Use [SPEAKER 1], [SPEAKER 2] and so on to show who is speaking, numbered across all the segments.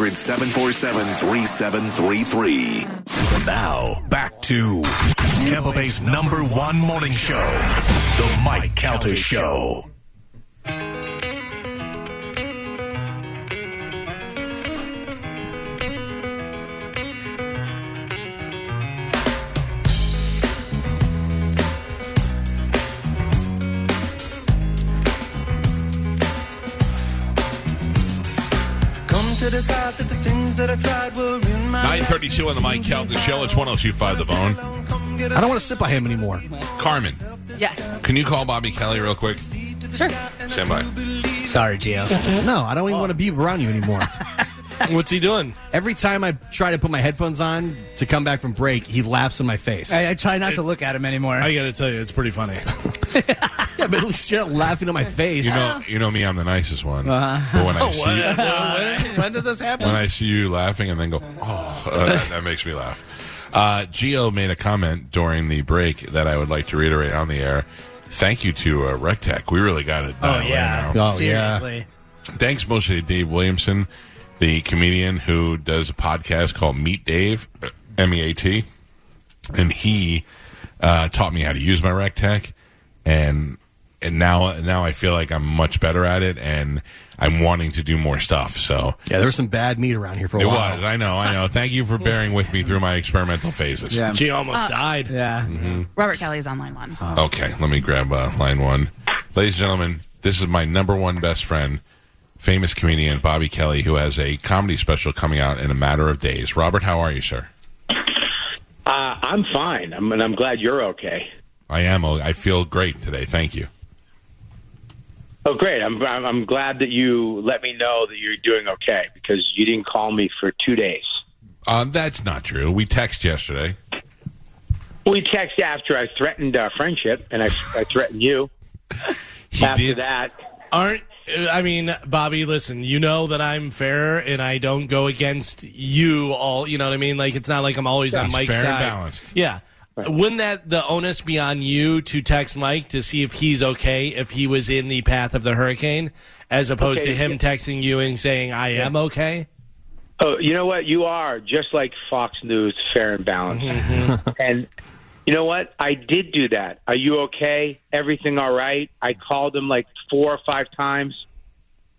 [SPEAKER 1] 800 747 3733. Now, back to Tampa Bay's number one morning show, The Mike Calter Show.
[SPEAKER 2] Come to decide that the things that I tried were in my
[SPEAKER 3] 932 on the Mike Calta Show. It's 1025 The Bone.
[SPEAKER 4] I don't want to sit by him anymore.
[SPEAKER 3] Carmen,
[SPEAKER 5] Yes.
[SPEAKER 3] can you call Bobby Kelly real quick?
[SPEAKER 5] Sure.
[SPEAKER 3] Stand by.
[SPEAKER 6] Sorry, Gio.
[SPEAKER 4] No, I don't even want to be around you anymore.
[SPEAKER 7] What's he doing?
[SPEAKER 4] Every time I try to put my headphones on to come back from break, he laughs in my face.
[SPEAKER 6] I, I try not to look at him anymore.
[SPEAKER 7] I got to tell you, it's pretty funny.
[SPEAKER 4] yeah, but at least you're not laughing in my face.
[SPEAKER 3] You
[SPEAKER 5] Uh-huh.
[SPEAKER 3] know, you know me. I'm the nicest one.
[SPEAKER 6] Uh-huh.
[SPEAKER 3] But
[SPEAKER 6] Oh,
[SPEAKER 3] when I see
[SPEAKER 7] when did this happen?
[SPEAKER 3] when I see you laughing and then go, oh, uh, that, that makes me laugh. Uh, Geo made a comment during the break that I would like to reiterate on the air. Thank you to uh, Rectech. We really got it.
[SPEAKER 6] oh
[SPEAKER 3] dialed in
[SPEAKER 6] yeah.
[SPEAKER 3] now.
[SPEAKER 4] Oh, yeah.
[SPEAKER 6] Seriously.
[SPEAKER 3] Thanks mostly to Dave Williamson, the comedian who does a podcast called Meet Dave, M E A T, and he uh, taught me how to use my Rectech, and and now now I feel like I'm much better at it, and I'm wanting to do more stuff. So
[SPEAKER 4] Yeah, there was some bad meat around
[SPEAKER 8] Oh,
[SPEAKER 4] here for a
[SPEAKER 3] it
[SPEAKER 4] while.
[SPEAKER 3] was. I know. I know. Thank you for bearing with me through my experimental phases.
[SPEAKER 6] Yeah.
[SPEAKER 7] She almost
[SPEAKER 4] Uh,
[SPEAKER 7] died.
[SPEAKER 6] Yeah.
[SPEAKER 5] Robert Kelly's on line one.
[SPEAKER 3] Okay. Let me grab uh, line one, ladies and gentlemen. This is my number one best friend, famous comedian Bobby Kelly, who has a comedy special coming out in a matter of days. Robert, how are you, sir?
[SPEAKER 9] Uh, I'm fine. I'm, and I'm glad you're okay.
[SPEAKER 3] I am. oh, I feel great today. Thank you.
[SPEAKER 9] Oh, great. I'm, I'm I'm glad that you let me know that you're doing okay because you didn't call me for two days.
[SPEAKER 3] Um, that's not true. We text yesterday.
[SPEAKER 9] We texted after I threatened uh, friendship and I, I threatened you.
[SPEAKER 3] He
[SPEAKER 9] after
[SPEAKER 3] did.
[SPEAKER 9] that,
[SPEAKER 7] Aren't I mean, Bobby? Listen, you know that I'm fair and I don't go against you. All you know what I mean? Like it's not like I'm always on
[SPEAKER 3] It's
[SPEAKER 7] Mike's
[SPEAKER 3] fair and
[SPEAKER 7] side.
[SPEAKER 3] balanced.
[SPEAKER 7] Yeah. Wouldn't that the onus be on you to text Mike to see if he's okay if he was in the path of the hurricane, as opposed
[SPEAKER 9] Okay,
[SPEAKER 7] to him
[SPEAKER 9] yeah.
[SPEAKER 7] texting you and saying I am okay?
[SPEAKER 9] oh, you know what? You are just like Fox News, fair and balanced.
[SPEAKER 3] Mm-hmm.
[SPEAKER 9] and you know what? I did do that. Are you okay? Everything all right? I called him like four or five times,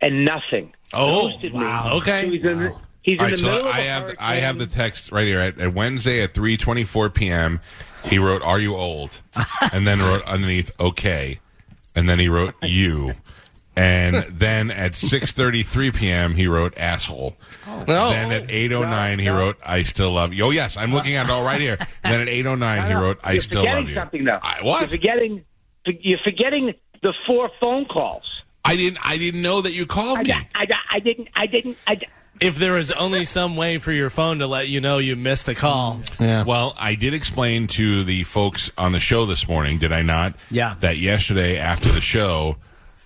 [SPEAKER 9] and nothing.
[SPEAKER 7] Oh,
[SPEAKER 9] Ghosted me.
[SPEAKER 7] wow. Okay.
[SPEAKER 9] He's in, the he's in
[SPEAKER 3] All right,
[SPEAKER 9] the
[SPEAKER 3] so
[SPEAKER 9] middle of
[SPEAKER 3] I
[SPEAKER 9] a
[SPEAKER 3] have the, I
[SPEAKER 9] hurricane.
[SPEAKER 3] have the text right here at, at Wednesday at three twenty four p.m. He wrote, "Are you old?" and then wrote underneath, "Okay," and then he wrote, "You." And then at six thirty three p.m. he wrote, "Asshole."
[SPEAKER 7] No.
[SPEAKER 3] Then at eight oh nine he wrote, "I still love you." Oh yes, I'm looking at it all right here. And then at eight oh nine he
[SPEAKER 9] No, no.
[SPEAKER 3] wrote, "I
[SPEAKER 9] You're
[SPEAKER 3] still
[SPEAKER 9] forgetting
[SPEAKER 3] love you."
[SPEAKER 9] Something though.
[SPEAKER 3] I,
[SPEAKER 9] You're
[SPEAKER 3] what?
[SPEAKER 9] forgetting. You're forgetting the four phone calls.
[SPEAKER 3] I didn't. I didn't know that you called
[SPEAKER 9] I,
[SPEAKER 3] me.
[SPEAKER 9] I, I, I didn't. I didn't. I,
[SPEAKER 7] if there is only some way for your phone to let you know you missed a call.
[SPEAKER 4] Yeah.
[SPEAKER 3] Well, I did explain to the folks on the show this morning, did I not?
[SPEAKER 6] Yeah.
[SPEAKER 3] That yesterday after the show,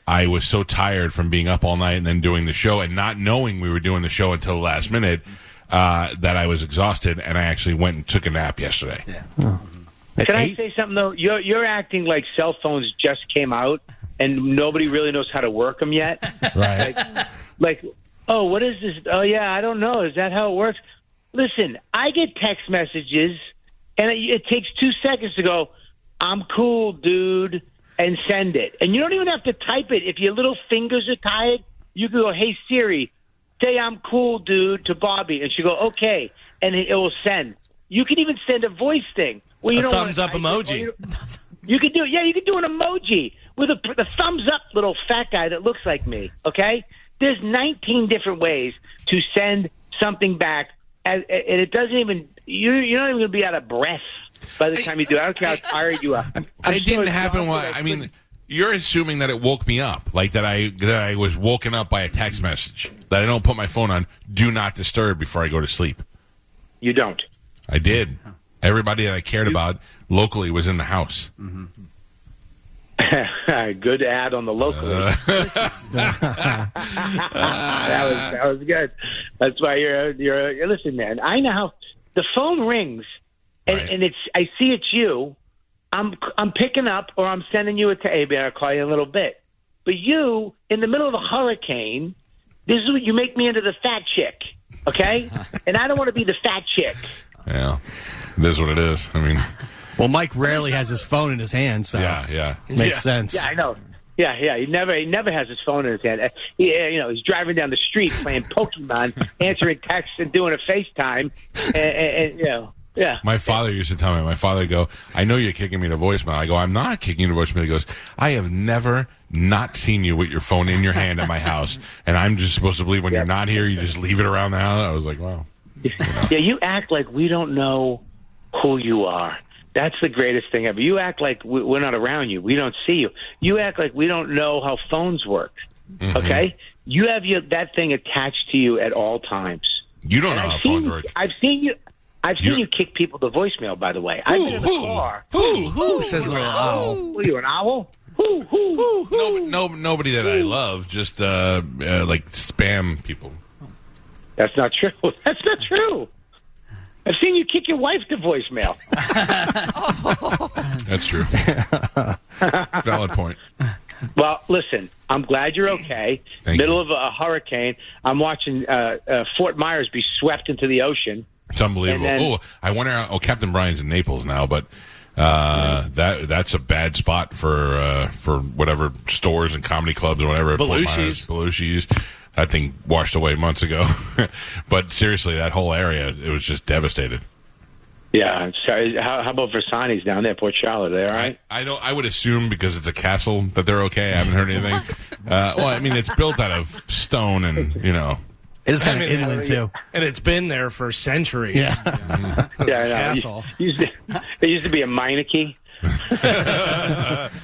[SPEAKER 3] I was so tired from being up all night and then doing the show and not knowing we were doing the show until the last minute uh, that I was exhausted and I actually went and took a nap yesterday.
[SPEAKER 9] can I say something though? You're you're acting like cell phones just came out and nobody really knows how to work them yet.
[SPEAKER 3] Right.
[SPEAKER 9] like, oh, what is this? Oh yeah, I don't know. Is that how it works? Listen, I get text messages, and it, it takes two seconds to go. I'm cool, dude, and send it. And you don't even have to type it. If your little fingers are tired, you can go, "Hey Siri, say I'm cool, dude," to Bobby, and she go, "Okay," and it, it will send. You can even send a voice thing. Well, you
[SPEAKER 7] A
[SPEAKER 9] don't wanna
[SPEAKER 7] thumbs up
[SPEAKER 9] type it, or
[SPEAKER 7] emoji.
[SPEAKER 9] you don't- you could do it. Yeah, you could do an emoji with a, the thumbs up little fat guy that looks like me. Okay, there's 19 different ways to send something back, and, and it doesn't even you. You're not even going to be out of breath by the time you do. it. I don't care how tired you are. I'm
[SPEAKER 3] it
[SPEAKER 9] so
[SPEAKER 3] didn't happen.
[SPEAKER 9] exhausted,
[SPEAKER 3] While, I mean,
[SPEAKER 9] couldn't-
[SPEAKER 3] you're assuming that it woke me up, like that I that I was woken up by a text message that I don't put my phone on do not disturb before I go to sleep.
[SPEAKER 9] you don't.
[SPEAKER 3] I did. Everybody that I cared about locally was in the house.
[SPEAKER 9] good ad on the local. that was that was good. That's why you're you're, you're listen, man. I know how the phone rings, and,
[SPEAKER 3] Right.
[SPEAKER 9] and it's I see it's you. I'm I'm picking up, or I'm sending you a t- hey, man, I'll call you in a little bit. But you, in the middle of a hurricane, this is what you make me into the fat chick. Okay? and I don't want to be the fat chick.
[SPEAKER 3] Yeah. It is what it is. I mean,
[SPEAKER 4] Well, Mike rarely has his phone in his hand, so
[SPEAKER 3] yeah, yeah.
[SPEAKER 4] makes
[SPEAKER 7] Yeah.
[SPEAKER 4] sense.
[SPEAKER 9] Yeah, I know. Yeah, yeah. He never he never has his phone in his hand. Uh, He, uh, you know, he's driving down the street playing Pokemon, answering texts and doing a FaceTime, and, and, and you know, yeah.
[SPEAKER 3] My father used to tell me, my father would go, I know you're kicking me to voicemail. I go, I'm not kicking you to voicemail. He goes, I have never not seen you with your phone in your hand at my house. And I'm just supposed to believe when you're not here, you just leave it around the house. I was like, wow.
[SPEAKER 9] Yeah, you act like we don't know who you are. That's the greatest thing ever. You act like we- we're not around you. We don't see you. You act like we don't know how phones work.
[SPEAKER 3] Mm-hmm.
[SPEAKER 9] Okay, you have your, that thing attached to you at all times.
[SPEAKER 3] You don't know
[SPEAKER 9] And
[SPEAKER 3] how
[SPEAKER 9] I've seen,
[SPEAKER 3] phones work.
[SPEAKER 9] I've seen you. I've seen
[SPEAKER 3] Uh, You're-
[SPEAKER 9] you kick people to voicemail. By the way, I've been in the car.
[SPEAKER 3] Who? Who?
[SPEAKER 6] Says a little owl.
[SPEAKER 9] What are you, an owl? Who? Who?
[SPEAKER 3] No, no, nobody that I love, just uh, uh, like spam people.
[SPEAKER 9] That's not true. That's not true. I've seen you kick your wife to voicemail.
[SPEAKER 3] That's true. Valid point.
[SPEAKER 9] Well, listen, I'm glad you're okay.
[SPEAKER 3] Thank
[SPEAKER 9] Middle
[SPEAKER 3] you.
[SPEAKER 9] of a hurricane. I'm watching uh, uh, Fort Myers be swept into the ocean.
[SPEAKER 3] It's unbelievable.
[SPEAKER 9] And then-
[SPEAKER 3] oh, I wonder. How, oh, Captain Brian's in Naples now, but uh, that that's a bad spot for uh, for whatever stores and comedy clubs or whatever. at Fort
[SPEAKER 7] Belushi's.
[SPEAKER 3] Myers, Belushi's. That thing washed away months ago. but seriously, that whole area it was just devastated.
[SPEAKER 9] Yeah. I'm Sorry. How, how about Versanis down there, Port Charlotte? Are they all right?
[SPEAKER 3] I don't. I would assume because it's a castle that they're okay. I haven't heard anything. uh, well, I mean, it's built out of stone and you know.
[SPEAKER 4] It is kind
[SPEAKER 7] I
[SPEAKER 4] of
[SPEAKER 7] mean,
[SPEAKER 4] inland, too.
[SPEAKER 7] And it's been there for centuries.
[SPEAKER 9] yeah. I know.
[SPEAKER 7] Castle.
[SPEAKER 9] Used to, there used to be a Meineke.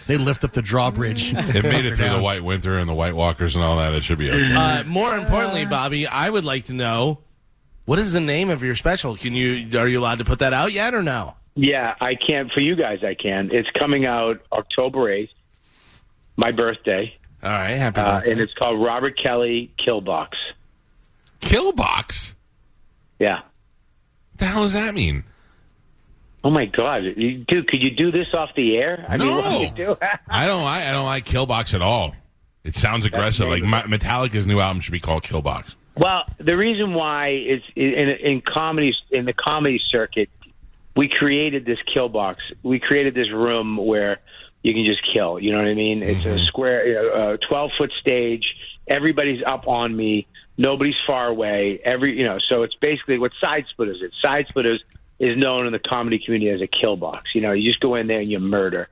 [SPEAKER 4] They lift up the drawbridge.
[SPEAKER 3] It made it through the White Winter and the White Walkers and all that. It should be
[SPEAKER 9] Mm.
[SPEAKER 3] okay.
[SPEAKER 7] Uh, more importantly, Bobby, I would like to know what is the name of your special? Can you are you allowed to put that out yet or no?
[SPEAKER 9] Yeah, I can for you guys. I can. It's coming out October eighth, my birthday,
[SPEAKER 7] All right, happy
[SPEAKER 9] uh,
[SPEAKER 7] birthday.
[SPEAKER 9] and it's called Robert Kelly Killbox.
[SPEAKER 3] Killbox.
[SPEAKER 9] Yeah.
[SPEAKER 3] What the hell does that mean?
[SPEAKER 9] Oh my God, You- dude! Could you do this off the air? I mean, what do you do?
[SPEAKER 3] No. I don't. I, I don't like Killbox at all. It sounds aggressive. Like
[SPEAKER 9] name
[SPEAKER 3] Ma- Metallica's new album should be called Killbox.
[SPEAKER 9] Well, the reason why is in, in comedy in the comedy circuit, we created this kill box. We created this room where you can just kill. You know what I mean? It's a square, uh, twelve foot stage. Everybody's up on me. Nobody's far away. Every you know, so it's basically what side splitters is. Side splitters is known in the comedy community as a kill box. You know, you just go in there and you murder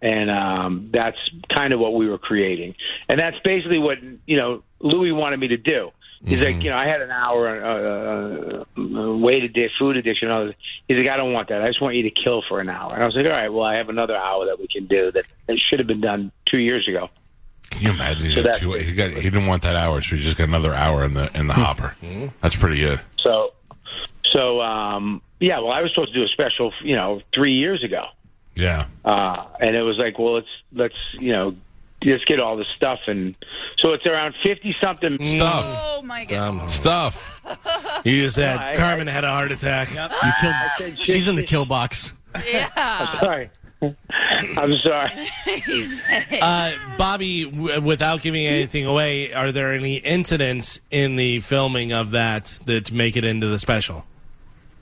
[SPEAKER 9] and um, that's kind of what we were creating. And that's basically what you know Louis wanted me to do. He's like, you know, I had an hour uh, uh, uh, waited there, food addiction. And all this. He's like, I don't want that. I just want you to kill for an hour. And I was like, all right, well, I have another hour that we can do that, that should have been done two years ago.
[SPEAKER 3] Can you imagine?
[SPEAKER 9] So that-
[SPEAKER 3] Two- he, got, he didn't want that hour, so he just got another hour in the
[SPEAKER 9] Hmm.
[SPEAKER 3] in the hopper. That's pretty good.
[SPEAKER 9] So, so um, yeah, well, I was supposed to do a special, you know, three years ago.
[SPEAKER 3] Yeah.
[SPEAKER 9] uh, and it was like, well, let's let's you know, let's get all this stuff, and so it's around fifty something.
[SPEAKER 3] Stuff.
[SPEAKER 5] Oh my god.
[SPEAKER 3] Um, Stuff.
[SPEAKER 7] You just said
[SPEAKER 9] I-
[SPEAKER 7] Carmen had a heart attack.
[SPEAKER 4] You killed, she's in the kill box.
[SPEAKER 5] Yeah.
[SPEAKER 9] Sorry, I'm sorry.
[SPEAKER 7] Uh, Bobby, w- without giving anything away, are there any incidents in the filming of that that make it into the special?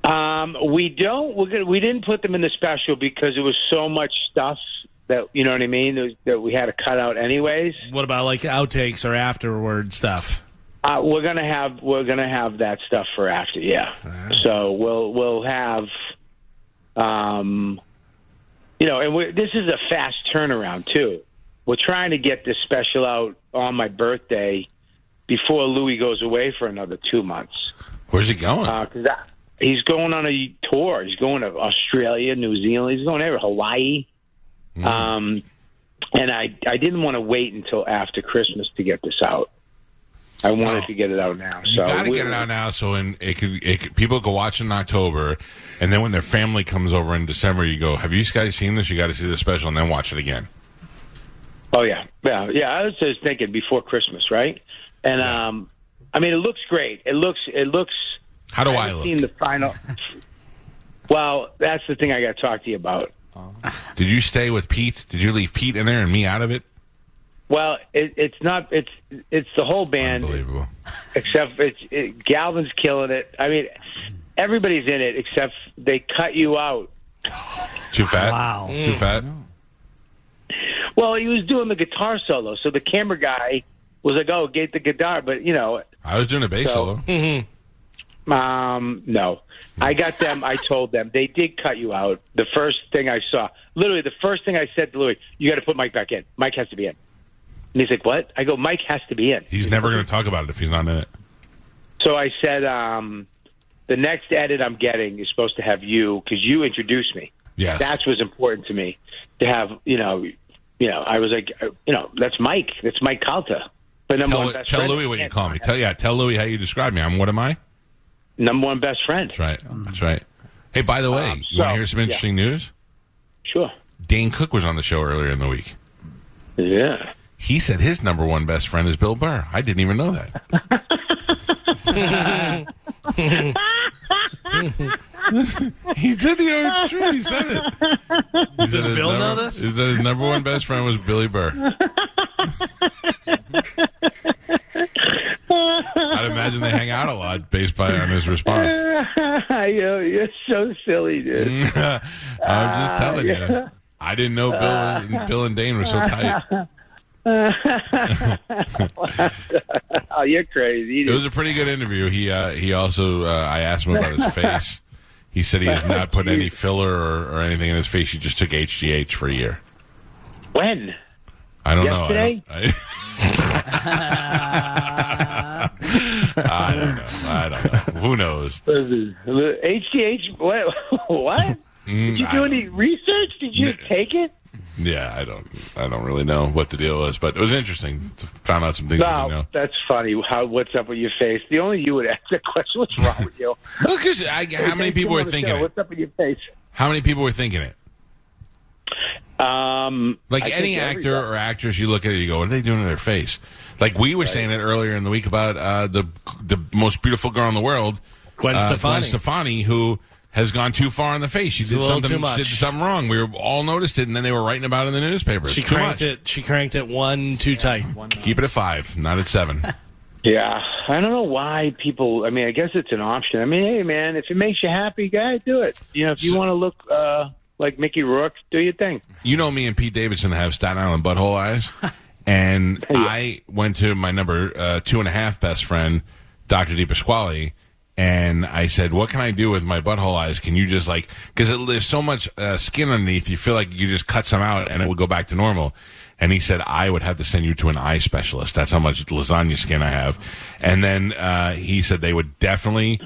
[SPEAKER 9] Um, we don't. We're gonna, we didn't put them in the special because it was so much stuff that you know what I mean that- that we had to cut out anyways.
[SPEAKER 7] What about like outtakes or afterward stuff?
[SPEAKER 9] Uh, we're gonna have we're gonna have that stuff for after, yeah. So we'll we'll have, um, you know, and we this is a fast turnaround too. We're trying to get this special out on my birthday before Louis goes away for another two months
[SPEAKER 3] Where's he going?
[SPEAKER 9] because Uh, he's going on a tour. He's going to Australia, New Zealand. He's going everywhere, Hawaii.
[SPEAKER 3] Mm.
[SPEAKER 9] Um, and I I didn't want to wait until after Christmas to get this out. I wanted
[SPEAKER 3] No.
[SPEAKER 9] to get it out now.
[SPEAKER 3] You
[SPEAKER 9] so
[SPEAKER 3] gotta
[SPEAKER 9] we-
[SPEAKER 3] get it out now, so in it could, it could people go watch it in October, and then when their family comes over in December, you go, "Have you guys seen this? You got to see the special, and then watch it again."
[SPEAKER 9] Oh yeah, yeah, yeah. I was just thinking before Christmas, right? And um, I mean, it looks great. It looks it looks.
[SPEAKER 3] How do I,
[SPEAKER 9] haven't
[SPEAKER 3] look?
[SPEAKER 9] seen the final. well, that's the thing I got to talk to you about.
[SPEAKER 3] Did you stay with Pete? Did you leave Pete in there and me out of it?
[SPEAKER 9] Well, it, it's not. It's it's the whole band
[SPEAKER 3] Unbelievable.
[SPEAKER 9] except for it's it, Galvin's killing it. I mean, everybody's in it except they cut you out.
[SPEAKER 3] Too fat?
[SPEAKER 6] Wow.
[SPEAKER 9] Mm.
[SPEAKER 3] Too fat?
[SPEAKER 9] Well, he was doing the guitar solo, so the camera guy was like, "Oh, get the guitar," but you know,
[SPEAKER 3] I was doing a bass
[SPEAKER 9] So-
[SPEAKER 3] solo.
[SPEAKER 9] Um, no. I got them. I told them they did cut you out. The first thing I saw, literally, the first thing I said to Louis, "You got to put Mike back in. Mike has to be in." And he's like, "What?" I go, "Mike has to be in."
[SPEAKER 3] He's never going to talk about it if he's not in it.
[SPEAKER 9] So I said, um, "The next edit I'm getting is supposed to have you because you introduced me.
[SPEAKER 3] Yes.
[SPEAKER 9] That's what's important to me to have. You know, you know. I was like, uh, you know, that's Mike. That's Mike Calta. But number
[SPEAKER 3] tell
[SPEAKER 9] one best
[SPEAKER 3] tell
[SPEAKER 9] friend.
[SPEAKER 3] Louis what you call me. Tell yeah, tell Louis how you describe me. I'm what am I?
[SPEAKER 9] Number one best friend.
[SPEAKER 3] That's right. That's right. Hey, by the way,
[SPEAKER 9] Mm. Um,
[SPEAKER 3] you want
[SPEAKER 9] so-
[SPEAKER 3] to hear some interesting news?
[SPEAKER 9] Sure.
[SPEAKER 3] Dane Cook was on the show earlier in the week.
[SPEAKER 9] Yeah.
[SPEAKER 3] He said his number one best friend is Bill Burr. I didn't even know that. he did the other true. He said it. He
[SPEAKER 7] Does
[SPEAKER 3] said his
[SPEAKER 7] Bill know
[SPEAKER 3] number-
[SPEAKER 7] this?
[SPEAKER 3] He said his number one best friend was Billy Burr. I'd imagine they hang out a lot based by on his response.
[SPEAKER 9] Yo, you're so silly, dude.
[SPEAKER 3] I'm just telling you. I didn't know Bill, was, Bill and Dane were so tight.
[SPEAKER 9] Oh, you're crazy.
[SPEAKER 3] Mm-hmm. It was a pretty good interview. He uh, he also uh, I asked him about his face. He said he has not put any filler or, or anything in his face. He just took HGH for a year.
[SPEAKER 9] when?
[SPEAKER 3] I don't
[SPEAKER 9] Yesterday?
[SPEAKER 3] know. I don't, I, I don't know. I don't know. Who knows?
[SPEAKER 9] HGH? What? what? Did you
[SPEAKER 3] Mm, I
[SPEAKER 9] do
[SPEAKER 3] don't-
[SPEAKER 9] any research? Did you
[SPEAKER 3] N-
[SPEAKER 9] take it?
[SPEAKER 3] Yeah, I don't. I don't really know what the deal was, but it was interesting. To found out some things. I
[SPEAKER 9] No,
[SPEAKER 3] didn't know.
[SPEAKER 9] that's funny. How? What's up with your face? The only you would ask that question. What's wrong with you?
[SPEAKER 3] Well, 'cause I, how many
[SPEAKER 9] Hey, come
[SPEAKER 3] people
[SPEAKER 9] on
[SPEAKER 3] were
[SPEAKER 9] the
[SPEAKER 3] thinking
[SPEAKER 9] show.
[SPEAKER 3] it?
[SPEAKER 9] What's up with your face?
[SPEAKER 3] How many people were thinking it?
[SPEAKER 9] Um,
[SPEAKER 3] Like
[SPEAKER 9] I
[SPEAKER 3] any
[SPEAKER 9] think
[SPEAKER 3] actor
[SPEAKER 9] everybody-
[SPEAKER 3] or actress, you look at it, you go, "What are they doing to their face?" Like we were saying it earlier in the week about uh, the the most beautiful girl in the world,
[SPEAKER 7] Gwen
[SPEAKER 3] uh,
[SPEAKER 7] Stefani.
[SPEAKER 3] Gwen Stefani, who has gone too far in the face. She did
[SPEAKER 7] a little
[SPEAKER 3] something
[SPEAKER 7] too much.
[SPEAKER 3] did something wrong. We were all noticed it, and then they were writing about it in the newspaper.
[SPEAKER 7] She
[SPEAKER 3] It's too
[SPEAKER 7] cranked
[SPEAKER 3] much.
[SPEAKER 7] it. She cranked it one too tight.
[SPEAKER 3] Keep it at five, not at seven.
[SPEAKER 9] Yeah, I don't know why people. I mean, I guess it's an option. I mean, hey, man, if it makes you happy, guy, do it. You know, if you
[SPEAKER 3] So-
[SPEAKER 9] want to look uh, like Mickey Rourke, do your thing.
[SPEAKER 3] you know me and Pete Davidson have Staten Island butthole eyes, and I went to my number uh, two and a half best friend, Doctor De Pasquale, and I said, "What can I do with my butthole eyes? Can you just like because there's so much uh, skin underneath, you feel like you just cut some out and it would go back to normal." And he said, "I would have to send you to an eye specialist. That's how much lasagna skin I have." And then uh, he said they would definitely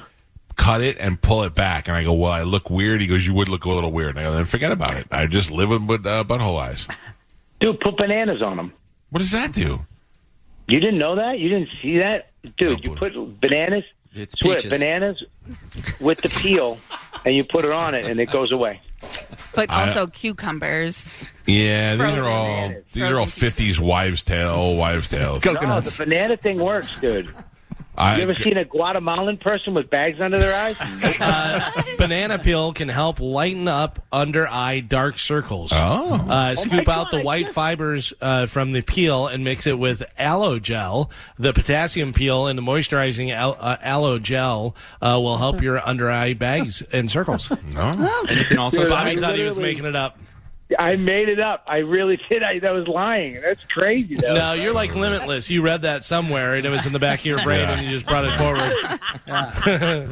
[SPEAKER 3] cut it and pull it back. And I go, well, I look weird. He goes, you would look a little weird. And I go, then forget about it. I just live with but- uh, butthole eyes.
[SPEAKER 9] Dude, put bananas on them.
[SPEAKER 3] What does that do?
[SPEAKER 9] You didn't know that? You didn't see that? Dude, you put bananas,
[SPEAKER 10] It's
[SPEAKER 9] sweat,
[SPEAKER 10] peaches.
[SPEAKER 9] bananas with the peel, and you put it on it, and it goes away.
[SPEAKER 5] But also cucumbers.
[SPEAKER 3] Yeah, these
[SPEAKER 5] Frozen
[SPEAKER 3] are all
[SPEAKER 5] bananas.
[SPEAKER 3] these are all
[SPEAKER 5] Frozen
[SPEAKER 3] fifties wives' tale, old wives' tales.
[SPEAKER 9] No, the banana thing works, dude. You
[SPEAKER 3] I,
[SPEAKER 9] ever seen a Guatemalan person with bags under their eyes?
[SPEAKER 7] Banana peel can help lighten up under eye dark circles.
[SPEAKER 3] Oh,
[SPEAKER 7] Uh, scoop
[SPEAKER 9] my
[SPEAKER 7] out the
[SPEAKER 9] God,
[SPEAKER 7] white fibers uh, from the peel and mix it with aloe gel. The potassium peel and the moisturizing al- uh, aloe gel uh, will help your under eye bags and circles.
[SPEAKER 3] no.
[SPEAKER 7] Oh.
[SPEAKER 10] And you can also
[SPEAKER 9] Dude,
[SPEAKER 7] Bobby
[SPEAKER 9] I
[SPEAKER 7] thought he was
[SPEAKER 9] literally-
[SPEAKER 7] making it up.
[SPEAKER 9] I made it up. I really did. I that was lying. That's crazy. Though.
[SPEAKER 7] No, you're like limitless. You read that somewhere and it was in the back of your brain and you just brought it forward.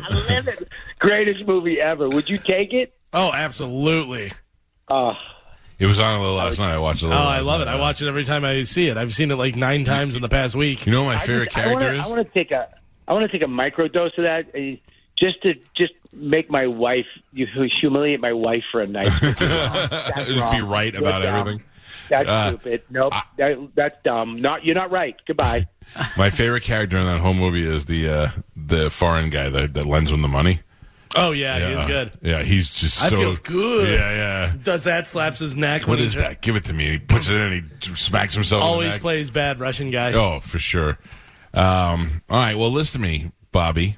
[SPEAKER 9] Greatest movie ever. Would you take it?
[SPEAKER 7] Oh, absolutely.
[SPEAKER 9] Uh,
[SPEAKER 3] It was on a little last night. I watched a
[SPEAKER 7] Oh,
[SPEAKER 3] little.
[SPEAKER 7] I
[SPEAKER 3] last
[SPEAKER 7] love it.
[SPEAKER 3] night.
[SPEAKER 7] I watch it every time I see it. I've seen it like nine times in the past week.
[SPEAKER 3] You know what my
[SPEAKER 9] I
[SPEAKER 3] favorite
[SPEAKER 9] just- I wanna-
[SPEAKER 3] character
[SPEAKER 9] I
[SPEAKER 3] is?
[SPEAKER 9] want to take a. I want to take a micro dose of that, uh, just to just make my wife you, who humiliate my wife for a night. That's
[SPEAKER 3] Just be
[SPEAKER 9] wrong.
[SPEAKER 3] right
[SPEAKER 9] You're
[SPEAKER 3] about
[SPEAKER 9] dumb.
[SPEAKER 3] everything.
[SPEAKER 9] That's
[SPEAKER 3] Uh,
[SPEAKER 9] stupid. Nope.
[SPEAKER 3] I-
[SPEAKER 9] that, that's dumb. Not you're not right. Goodbye.
[SPEAKER 3] My favorite character in that whole movie is the uh, the foreign guy that, that lends him the money.
[SPEAKER 7] Oh, yeah, he's
[SPEAKER 3] Uh,
[SPEAKER 7] good.
[SPEAKER 3] Yeah, he's just.
[SPEAKER 7] I
[SPEAKER 3] so,
[SPEAKER 7] feel good.
[SPEAKER 3] Yeah, yeah.
[SPEAKER 7] Does that slaps his neck
[SPEAKER 3] What
[SPEAKER 7] when
[SPEAKER 3] is
[SPEAKER 7] he dri-
[SPEAKER 3] that? Give it to me. He puts it in. and He smacks himself. in the
[SPEAKER 7] Always
[SPEAKER 3] back.
[SPEAKER 7] plays bad Russian guy.
[SPEAKER 3] Oh, for sure. Um, all right. Well, listen to me, Bobby.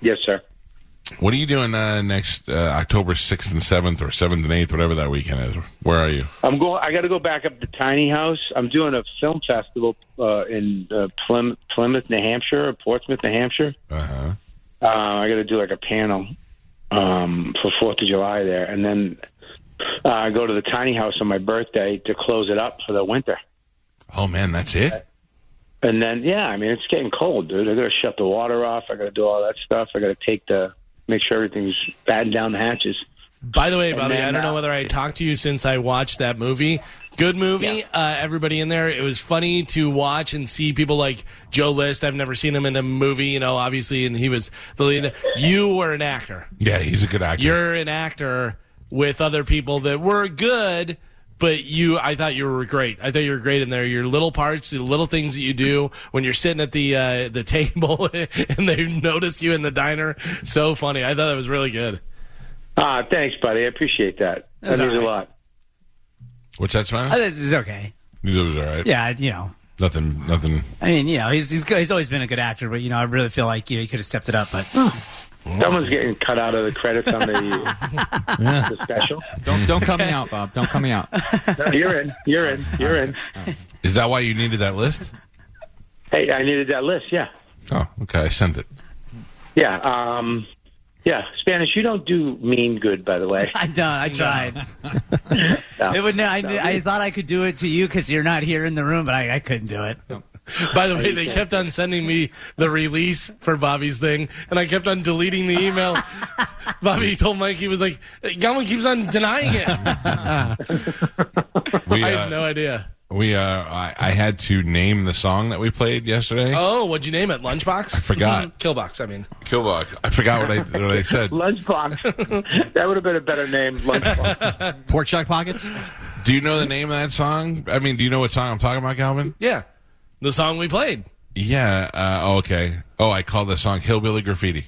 [SPEAKER 9] yes, sir.
[SPEAKER 3] What are you doing uh, next uh, October 6th and 7th or 7th and 8th, whatever that weekend is? Where are you?
[SPEAKER 9] I'm going. I got to go back up to Tiny House. I'm doing a film festival uh, in uh, Plym- Plymouth, New Hampshire, or Portsmouth, New Hampshire.
[SPEAKER 3] Uh huh.
[SPEAKER 9] Uh, I got to do like a panel um, for Fourth of July there, and then uh, I go to the Tiny House on my birthday to close it up for the winter.
[SPEAKER 3] Oh, man, that's it?
[SPEAKER 9] And then, yeah, I mean, it's getting cold, dude. I got to shut the water off. I got to do all that stuff. I got to take the make sure everything's batten down the hatches.
[SPEAKER 7] By the way, Bobby,
[SPEAKER 9] then,
[SPEAKER 7] I don't know
[SPEAKER 9] uh,
[SPEAKER 7] whether I talked to you since I watched that movie. Good movie. Uh, everybody in there. It was funny to watch and see people like Joe List. I've never seen him in a movie, you know, obviously, and he was the lead. You were an actor.
[SPEAKER 3] Yeah, he's a good actor.
[SPEAKER 7] You're an actor with other people that were good, but you. I thought you were great. I thought you were great in there. Your little parts, the little things that you do when you're sitting at the uh, the table and they notice you in the diner. So funny. I thought that was really good.
[SPEAKER 9] Ah, thanks, buddy. I appreciate that.
[SPEAKER 6] That's
[SPEAKER 9] that means
[SPEAKER 6] all
[SPEAKER 9] a
[SPEAKER 6] right.
[SPEAKER 9] lot.
[SPEAKER 3] What's that,
[SPEAKER 6] Uh,
[SPEAKER 3] Smile?
[SPEAKER 6] this is okay.
[SPEAKER 3] Neither was all right.
[SPEAKER 6] Yeah, I- you know.
[SPEAKER 3] Nothing, nothing.
[SPEAKER 6] I mean, you know, he's he's good. he's always been a good actor, but you know, I really feel like you know, he could have stepped it up. But
[SPEAKER 9] Someone's getting cut out of the credits on the, the special.
[SPEAKER 10] Don't don't cut me out, Bob. Don't cut me out.
[SPEAKER 9] No, you're in. You're in. You're in.
[SPEAKER 3] Is that why you needed that list?
[SPEAKER 9] Hey, I needed that list. Yeah.
[SPEAKER 3] Oh, okay. I sent it.
[SPEAKER 9] Yeah. Um, yeah. Spanish, you don't do mean good, by the way.
[SPEAKER 6] I done. I tried. it would. No, I, I thought I could do it to you because you're not here in the room, but I, I couldn't do it.
[SPEAKER 7] By the way, they kept on sending me the release for Bobby's thing, and I kept on deleting the email. Bobby told Mike he was like, "Gumman keeps on denying it."
[SPEAKER 3] We,
[SPEAKER 7] I
[SPEAKER 3] uh,
[SPEAKER 7] have no idea.
[SPEAKER 3] we, uh, I, I had to name the song that we played yesterday.
[SPEAKER 7] Oh, what'd you name it? Lunchbox? I
[SPEAKER 3] forgot.
[SPEAKER 7] Killbox. I mean,
[SPEAKER 3] Killbox. I forgot what I, what I said.
[SPEAKER 9] Lunchbox. that would have been a better name. Lunchbox.
[SPEAKER 4] Pork chuck pockets?
[SPEAKER 3] Do you know the name of that song? I mean, do you know what song I'm talking about, Calvin?
[SPEAKER 7] yeah, the song we played.
[SPEAKER 3] Yeah. Uh, oh, okay. Oh, I call the song "Hillbilly Graffiti."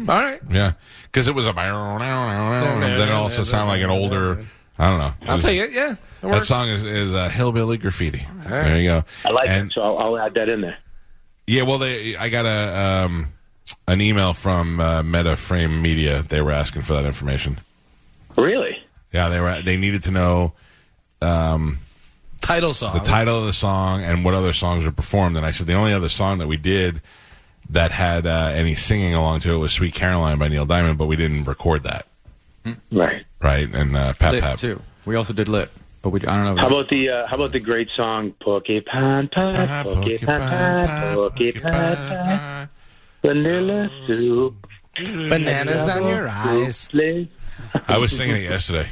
[SPEAKER 7] All right,
[SPEAKER 3] Yeah, because it was a and then it also sounded like an older. I don't know.
[SPEAKER 7] I'll take it. Yeah, that
[SPEAKER 3] That
[SPEAKER 7] works.
[SPEAKER 3] song is is uh, "Hillbilly Graffiti." There you go.
[SPEAKER 9] I like
[SPEAKER 3] and,
[SPEAKER 9] it, so I'll, I'll add that in there.
[SPEAKER 3] Yeah, well, they I got a um, an email from uh, Meta Frame Media. They were asking for that information.
[SPEAKER 9] Really?
[SPEAKER 3] Yeah, they were. They needed to know
[SPEAKER 7] title song.
[SPEAKER 3] the title of the song and what other songs were performed. And I said the only other song that we did that had uh, any singing along to it was "Sweet Caroline" by Neil Diamond, but we didn't record that,
[SPEAKER 9] Right.
[SPEAKER 3] right? And uh, Pat
[SPEAKER 10] Lit
[SPEAKER 3] Pat.
[SPEAKER 10] too. We also did lit, but we I don't know.
[SPEAKER 9] How about the uh, how about the great song Porcupine Pie, Porcupine Pie, Porcupine Pie, Vanilla Soup,
[SPEAKER 7] Bananas on your eyes.
[SPEAKER 9] please.
[SPEAKER 3] I was singing it yesterday.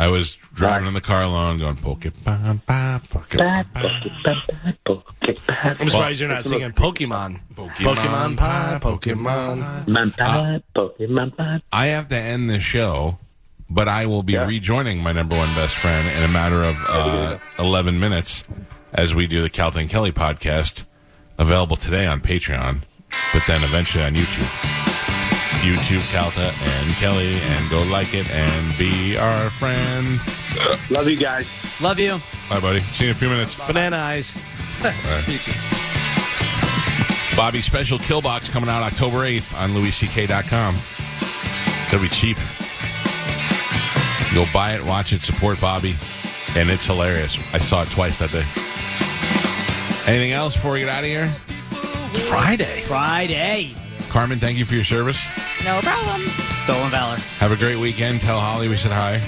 [SPEAKER 3] I was driving in the car alone, going porcupine pie, porcupine
[SPEAKER 9] Pie,
[SPEAKER 3] pie,
[SPEAKER 9] Porcupine Pie, Porcupine
[SPEAKER 7] I'm surprised you're not singing Pokemon. Pokemon Pie, Pokemon.
[SPEAKER 9] Pie, Pokemon Pie.
[SPEAKER 3] I have to end this show, but I will be rejoining my number one best friend in a matter of uh, 11 minutes as we do the Calvin Kelly podcast, available today on Patreon, but then eventually on YouTube. YouTube, Calta and Kelly, and go like it and be our friend.
[SPEAKER 9] Love you guys.
[SPEAKER 6] Love you.
[SPEAKER 3] Bye, buddy. See you in a few minutes.
[SPEAKER 7] Banana eyes.
[SPEAKER 3] Bobby special Killbox coming out October 8th on louisck.com. It'll be cheap. Go buy it, watch it, support Bobby, and it's hilarious. I saw it twice that day. Anything else before we get out of here?
[SPEAKER 7] Friday.
[SPEAKER 6] Friday.
[SPEAKER 3] Carmen, thank you for your service.
[SPEAKER 5] No problem.
[SPEAKER 6] Stolen valor.
[SPEAKER 3] Have a great weekend. Tell Holly we said hi.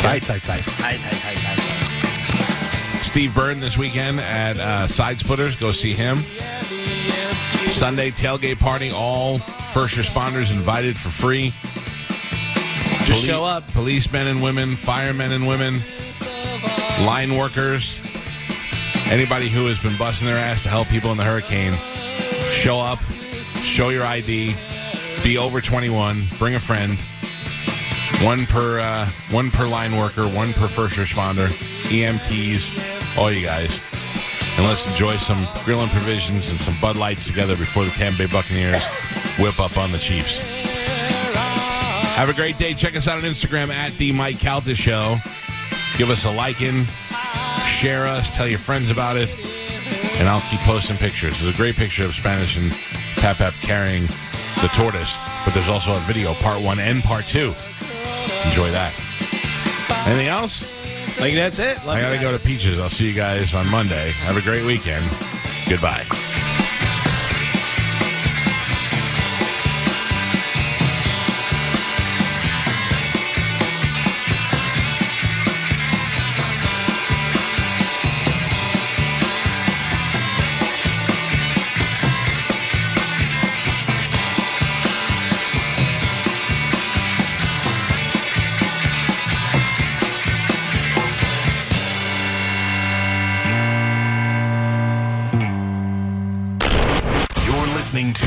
[SPEAKER 7] Tight, tight, tight.
[SPEAKER 6] Tight, tight, tight, tight.
[SPEAKER 3] Steve Byrne this weekend at uh, Side Splitters. Go see him. Sunday tailgate party. All first responders invited for free.
[SPEAKER 7] Just show up.
[SPEAKER 3] Policemen and women, firemen and women, line workers, anybody who has been busting their ass to help people in the hurricane. Show up. Show your ID. Be over 21. Bring a friend. One per uh, one per line worker, one per first responder, EMTs, all you guys. And let's enjoy some grilling provisions and some Bud Lights together before the Tampa Bay Buccaneers whip up on the Chiefs. Have a great day. Check us out on Instagram at the Mike Calta Show. Give us a liking, share us, tell your friends about it, and I'll keep posting pictures. There's a great picture of Spanish and Papap carrying The Tortoise. But there's also a video, part one and part two. Enjoy that. Anything else?
[SPEAKER 7] Like that's it. Love
[SPEAKER 3] I
[SPEAKER 7] you
[SPEAKER 3] gotta
[SPEAKER 7] guys.
[SPEAKER 3] go to Peaches. I'll see you guys on Monday. Have a great weekend. Goodbye.
[SPEAKER 1] You're listening to